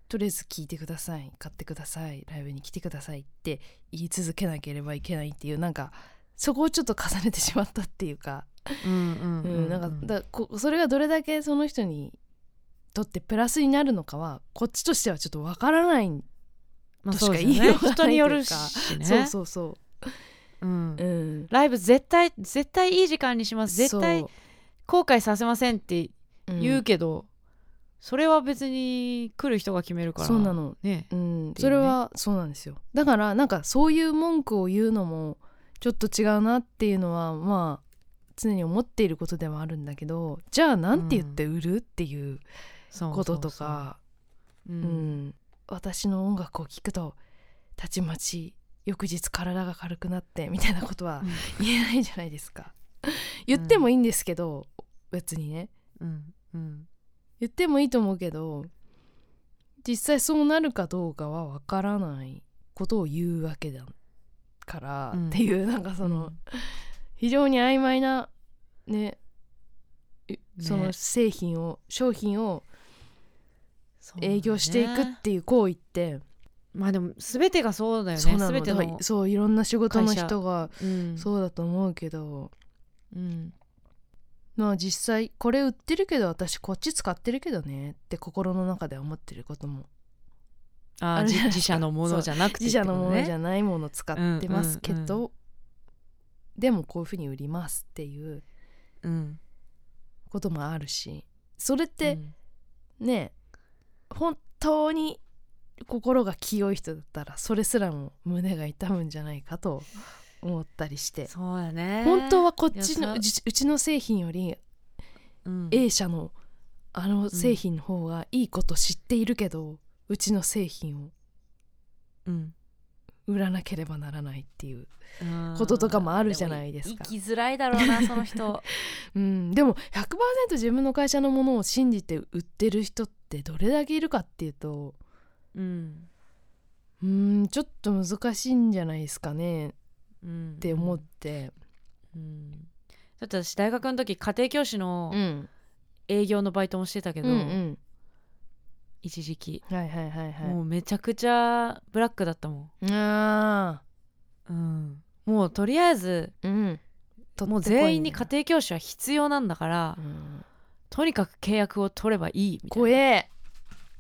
B: とりあえず聴いてください買ってくださいライブに来てくださいって言い続けなければいけないっていうなんかそこをちょっと重ねてしまったっていうか
A: うんうん
B: うん、なんかだこそれがどれだけその人にとってプラスになるのかはこっちとしてはちょっとわからない、
A: まあ
B: とし
A: そう
B: か
A: です
B: 言いようがないというか
A: 人によるしね、
B: そうそうそう
A: ん
B: う、うん、
A: ライブ絶対絶対いい時間にします絶対
B: そ
A: 後悔させませんって
B: う、
A: 言う
B: う
A: けど、それは別に来る人が決めるから
B: そうなの
A: ね
B: んうん
A: ていうね
B: それはそうなんですよだからなんかそういう文句を言うのもちょっと違うなっていうのはまあ常に思っていることではあるんだけどじゃあなんて言って売るっていう
A: そう
B: ことと
A: そうそう
B: か
A: う
B: うんん私の音楽を聴くとたちまち翌日体が軽くなってみたいなことは言えないじゃないですか言ってもいいんですけど、別にね
A: うんうん
B: 言ってもいいと思うけど実際そうなるかどうかはわからないことを言うわけだから、
A: うん
B: っていうなんかその、
A: うん
B: 非常に曖昧なねいその
A: ね
B: 製品を商品を
A: そうだね
B: 営業していくっていう行為って
A: まあでも全てがそうだよ
B: そう
A: ね
B: なの
A: 全て
B: だから
A: の
B: そういろんな仕事の
A: 会社
B: 人が
A: うん
B: そうだと思うけどまあ実際これ売ってるけど私こっち使ってるけどねって心の中では思ってることも
A: あ
B: あ
A: ー
B: るじ
A: じ
B: ゃない
A: 自社のものじゃなくて
B: 自
A: って
B: 社
A: こと
B: の
A: ね
B: ものじゃないもの使ってますけ
A: うんうん
B: どでもこういうふうに売りますっていう
A: うん
B: こともあるしそれっ
A: う
B: て
A: ん
B: ね本当に心が清い人だったらそれすらも胸が痛むんじゃないかと思ったりして
A: そうだね
B: 本当はこっち
A: いや
B: の
A: そう
B: うちうちの製品より
A: うん、
B: A 社のあの製品の方がいいこと知っているけど、うちの製品を
A: うん
B: 売らなければならないっていう、
A: うん
B: こととかもあるじゃないですか
A: でも生きづらいだろうなその人
B: うん、でも100%自分の会社のものを信じて売ってる人ってどれだけいるかっていうと
A: うん
B: うんちょっと難しいんじゃないですかねっ
A: うん
B: て思って、
A: うんだって私大学の時家庭教師の
B: ん
A: 営業のバイトもしてたけ
B: うん
A: ど、
B: うん
A: 一時期、
B: はいはいはいは
A: もうめちゃくちゃブラックだったも
B: いあ
A: ん、うん、もうとりあえず
B: ーうんと
A: もう全員に家
B: 勝て
A: 庭教師は必要なんだから、
B: こいんだ
A: とにかく契約を取ればいいみたい
B: 怖
A: な
B: え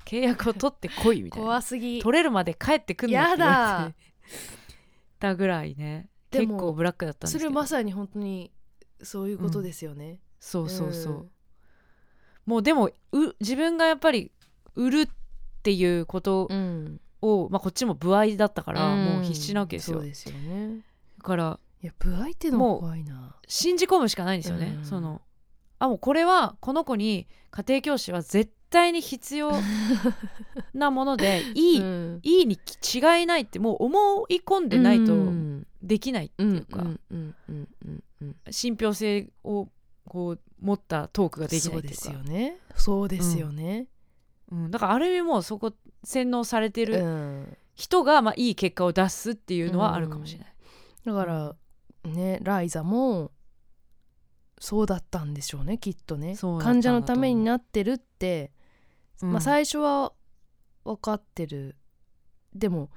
A: 契約を取ってこいみたいな
B: 怖すぎ
A: 取れるまで帰ってくんなって言
B: や
A: わ
B: だ
A: れてたぐらいね
B: で
A: 結
B: も
A: 構ブラックだったんです
B: そ
A: けど
B: れまさに本当にそういうことですよね、
A: そうそうそう、
B: うん
A: もうでもう自分がやっぱり売るっていうこと
B: うん、
A: を、まあ、こっちも歩合だったから、
B: うん
A: もう必死なわけですよ
B: そうですよね
A: だから
B: いや不愛っていうのが怖いな
A: 信じ込むしかないんですよね、
B: うん
A: そのあもうこれはこの子に家庭教師は絶対に必要 なものでいい、
B: うん
A: いいに違いないってもう思い込んでないと
B: うん
A: できないっていうか、
B: うんうんうんうんうん
A: 信憑性をこう持ったトークができない
B: そ
A: っ
B: う
A: てい
B: で
A: うか
B: すよねそうですよね
A: うん、だからある意味もうそこ洗脳されて
B: う
A: る
B: ん
A: 人が、まあ、いい結果を出すっていうのはあるかもしれない、
B: だからねライザもそうだったんでしょうねきっとね
A: そうだったんだ
B: 患
A: と
B: 者
A: 思う
B: のためになってるって、
A: うん
B: まあ最初は分かってるでも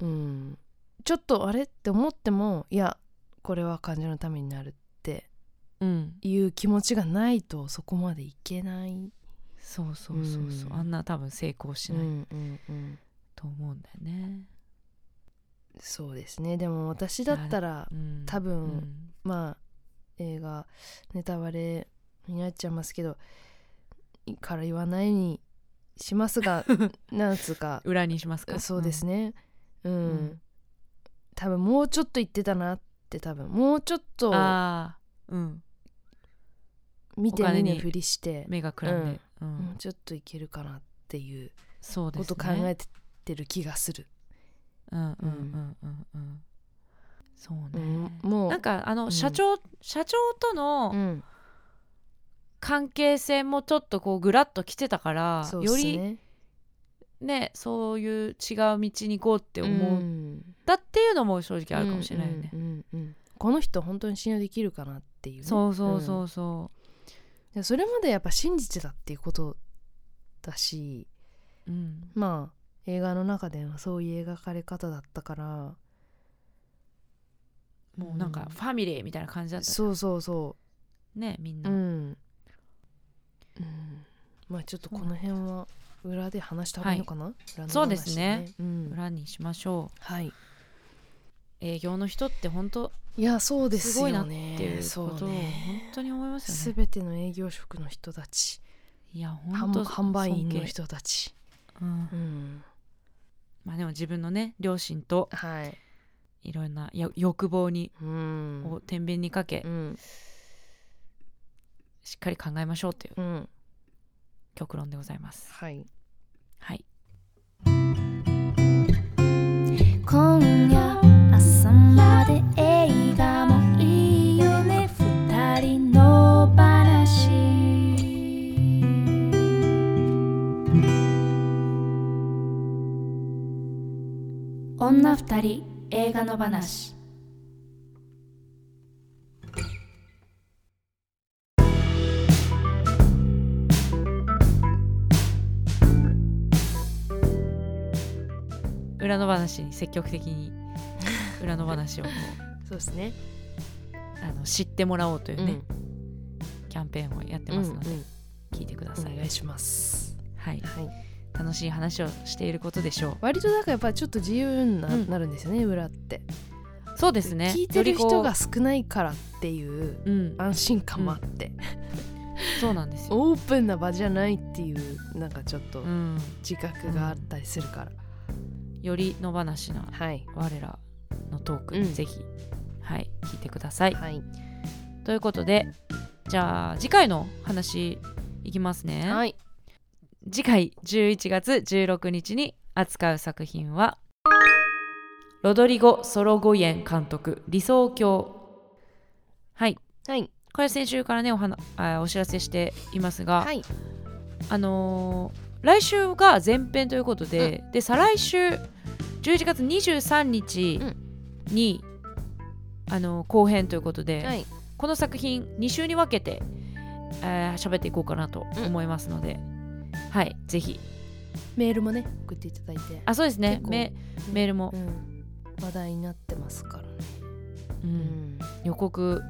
B: うんちょっとあれって思ってもいやこれは患者のためになるって
A: うん、
B: いう気持ちがないとそこまでいけない
A: そうそうそうそう、
B: うん
A: あんな多分成功し
B: う
A: ない
B: んうんうん、
A: と思うんだよね、
B: そうですねでも私だったら
A: うん、
B: 多分
A: うん
B: まあ映画ネタバレになっちゃいますけどいから言わないにします がなんつうか
A: 裏にしますか
B: そうですねうん、
A: うん
B: 多分もうちょっと言ってたなって多分もうちょっ
A: うん
B: と
A: ああうん
B: 見て
A: お金
B: 見
A: に
B: ぬふりして、
A: 目がくらんで、うん
B: もうちょっといけるかなっていう
A: そうです
B: こ
A: ね
B: と考えてってる気がする
A: うんうんうんうんうんそう
B: う
A: ね、
B: ん、もう
A: なんかあの、
B: うん
A: 社長社長との、
B: うん、
A: 関係性もちょっとこうぐらっと来てたから、
B: そうっ
A: よ
B: す
A: り
B: ね
A: ねそういう違う道に行こうって
B: う
A: 思っ
B: ん
A: たっていうのも正直あるかもしれないよね
B: う。んうんうんうんこの人本当に信用できるかなっていうね、
A: そうそうそ
B: ん
A: うそ
B: でそれまでやっぱ信じてたっていうことだし
A: う。うん
B: まあ映画の中でのそういう描かれ方だったから
A: もうなんか
B: うん
A: ファミリーみたいな感じだった
B: そうそうそ
A: ねみん
B: うう
A: な。
B: ん、うん、まあちょっとこの辺は裏で話した方がいいのかな、裏の話
A: そうですね、
B: うん、
A: 裏にしましょう
B: はい
A: 営業の人って本当っ
B: いやそうですよ
A: すご
B: ね
A: いなていう
B: そう
A: ことを本
B: ね
A: 当に思いますよね。
B: 全ての営業職の人たち
A: いや
B: 販
A: 本当
B: 販売員の
A: 尊敬
B: 人たち、
A: うん
B: うん、
A: まあでも自分のね両親と
B: はい
A: いろんなや欲望に
B: うん
A: を天秤にかけ
B: うん
A: しっかり考えましょうという
B: うん
A: 極論でございます。
B: はい
A: はい。
C: 今夜朝まで映画もいいよね二人の話女二人映画の話
A: 裏の話に積極的に裏の話をこう
B: そうですね
A: あの知ってもらおうというね、キャンペーンをやってますので、
B: うんうん
A: 聞いてくだ
B: お
A: さい、
B: 願いします。
A: はい、
B: はい、
A: 楽しい話をしていることでしょう
B: 割となんかやっぱりちょっと自由にな,、
A: うん
B: なるんですよね裏って
A: そうですね
B: 聞いてる
A: よ
B: 人
A: りこ
B: が少ないからっていう
A: ううん
B: 安心感もあって、
A: そうなんですよ、
B: オープンな場じゃないっていうなんかちょっと
A: うん、
B: 自覚があったりするから、
A: より野放しな
B: はい
A: 我らのトーク、
B: うん
A: ぜひはい聞いてください、
B: はい、
A: ということでじゃあ次回の話いきますね、
B: はい、
A: 次回11月16日に扱う作品はロドリゴ・ソロゴイエン監督「理想郷」はい
B: はい、
A: これは先週からねおはなあお知らせしていますが、
B: はい、
A: あのー来週が前編ということで、で再来週11月23日に、あのー後編ということで、
B: はい、
A: この作品2週に分けてえー喋っていこうかなと思いますので、はいぜひ
B: メールもね送っていただいて、
A: あそうですね
B: 結構
A: メメールも
B: う、ん、話題になってますからね、
A: う、
B: うん
A: 予告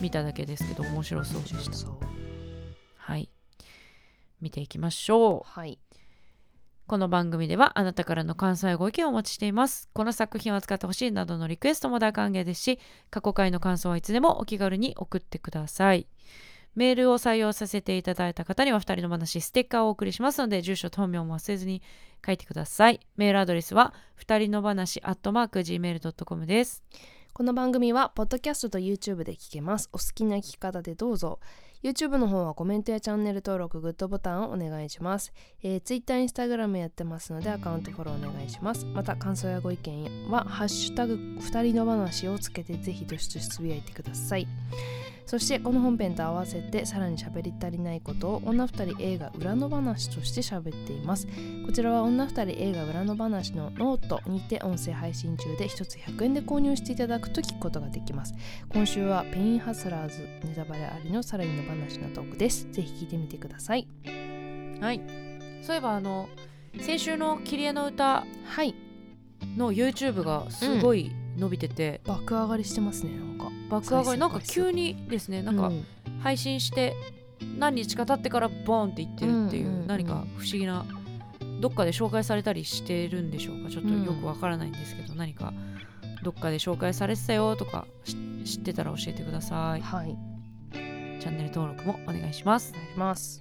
A: 見ただけですけど面白そうで
B: そう
A: した
B: そう
A: はい見ていきましょう
B: はい
A: この番組ではあなたからの感想やご意見をお待ちしています。この作品を扱ってほしいなどのリクエストも大歓迎ですし、過去回の感想はいつでもお気軽に送ってください。メールを採用させていただいた方には2人の話ステッカーをお送りしますので、住所と本名も忘れずに書いてください。メールアドレスは2人の話 gmail.com です。
B: この番組はポッドキャストと YouTube で聞けますお好きな聞き方でどうぞ YouTube の方はコメントやチャンネル登録グッドボタンをお願いします、えー、Twitter、Instagram やってますのでアカウントフォローお願いしますまた感想やご意見は「ハッシュタグ二人の話」をつけてぜひどしどしつぶやいてくださいそしてこの本編と合わせてさらに喋り足りないことを女二人映画裏の話として喋っていますこちらは女二人映画裏の話のノートにて音声配信中で1つ100円で購入していただくと聞くことができます今週はペインハスラーズネタバレありのさらにの話のトークですぜひ聞いてみてください
A: はい。そういえばあの、先週の切り絵の歌
B: はい
A: の YouTube がすごい伸びてて、
B: 爆上がりしてますねなんか
A: 爆上が
B: 再
A: り
B: 生
A: なんか
B: 回数
A: 急にですねなんか、
B: う
A: 配信して何日か経ってからボーンっていってるっていう,、
B: うんうんうん
A: 何か不思議などっかで紹介されたりしてるんでしょうかちょっとよくわからないんですけど、何かどっかで紹介されてたよとかし知ってたら教えてください
B: はいお
A: チャンネル登録もお願いします
B: 願いします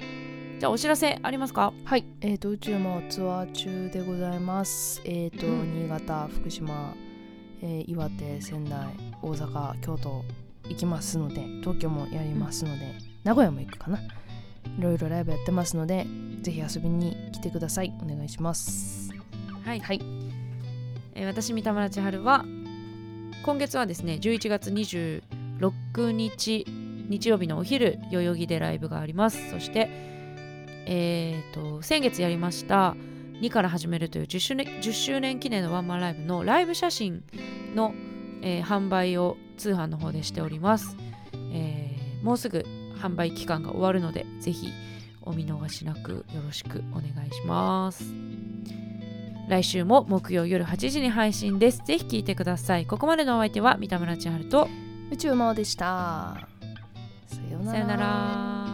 A: じゃあお知らせありますか
B: はいえー、と宇宙もツアー中でございますえー、と、
A: うん
B: 新潟福島、えー岩手仙台大阪京都行きますので東京もやりますので、名古屋も行くかないろいろライブやってますのでぜひ遊びに来てくださいお願いします
A: はい、
B: はい
A: えー私三田村千春は今月はですね11月26日日曜日のお昼代々木でライブがありますそしてえーと先月やりました2から始めるという10周年 ,10 周年記念のワンマンライブのライブ写真の、えー販売を通販の方でしております、えーもうすぐ販売期間が終わるのでぜひお見逃しなくよろしくお願いします来週も木曜夜8時に配信ですぜひ聞いてくださいここまでのお相手は三田村千春と
B: 宇宙魔王でしたさような
A: さよな
B: ら
A: ら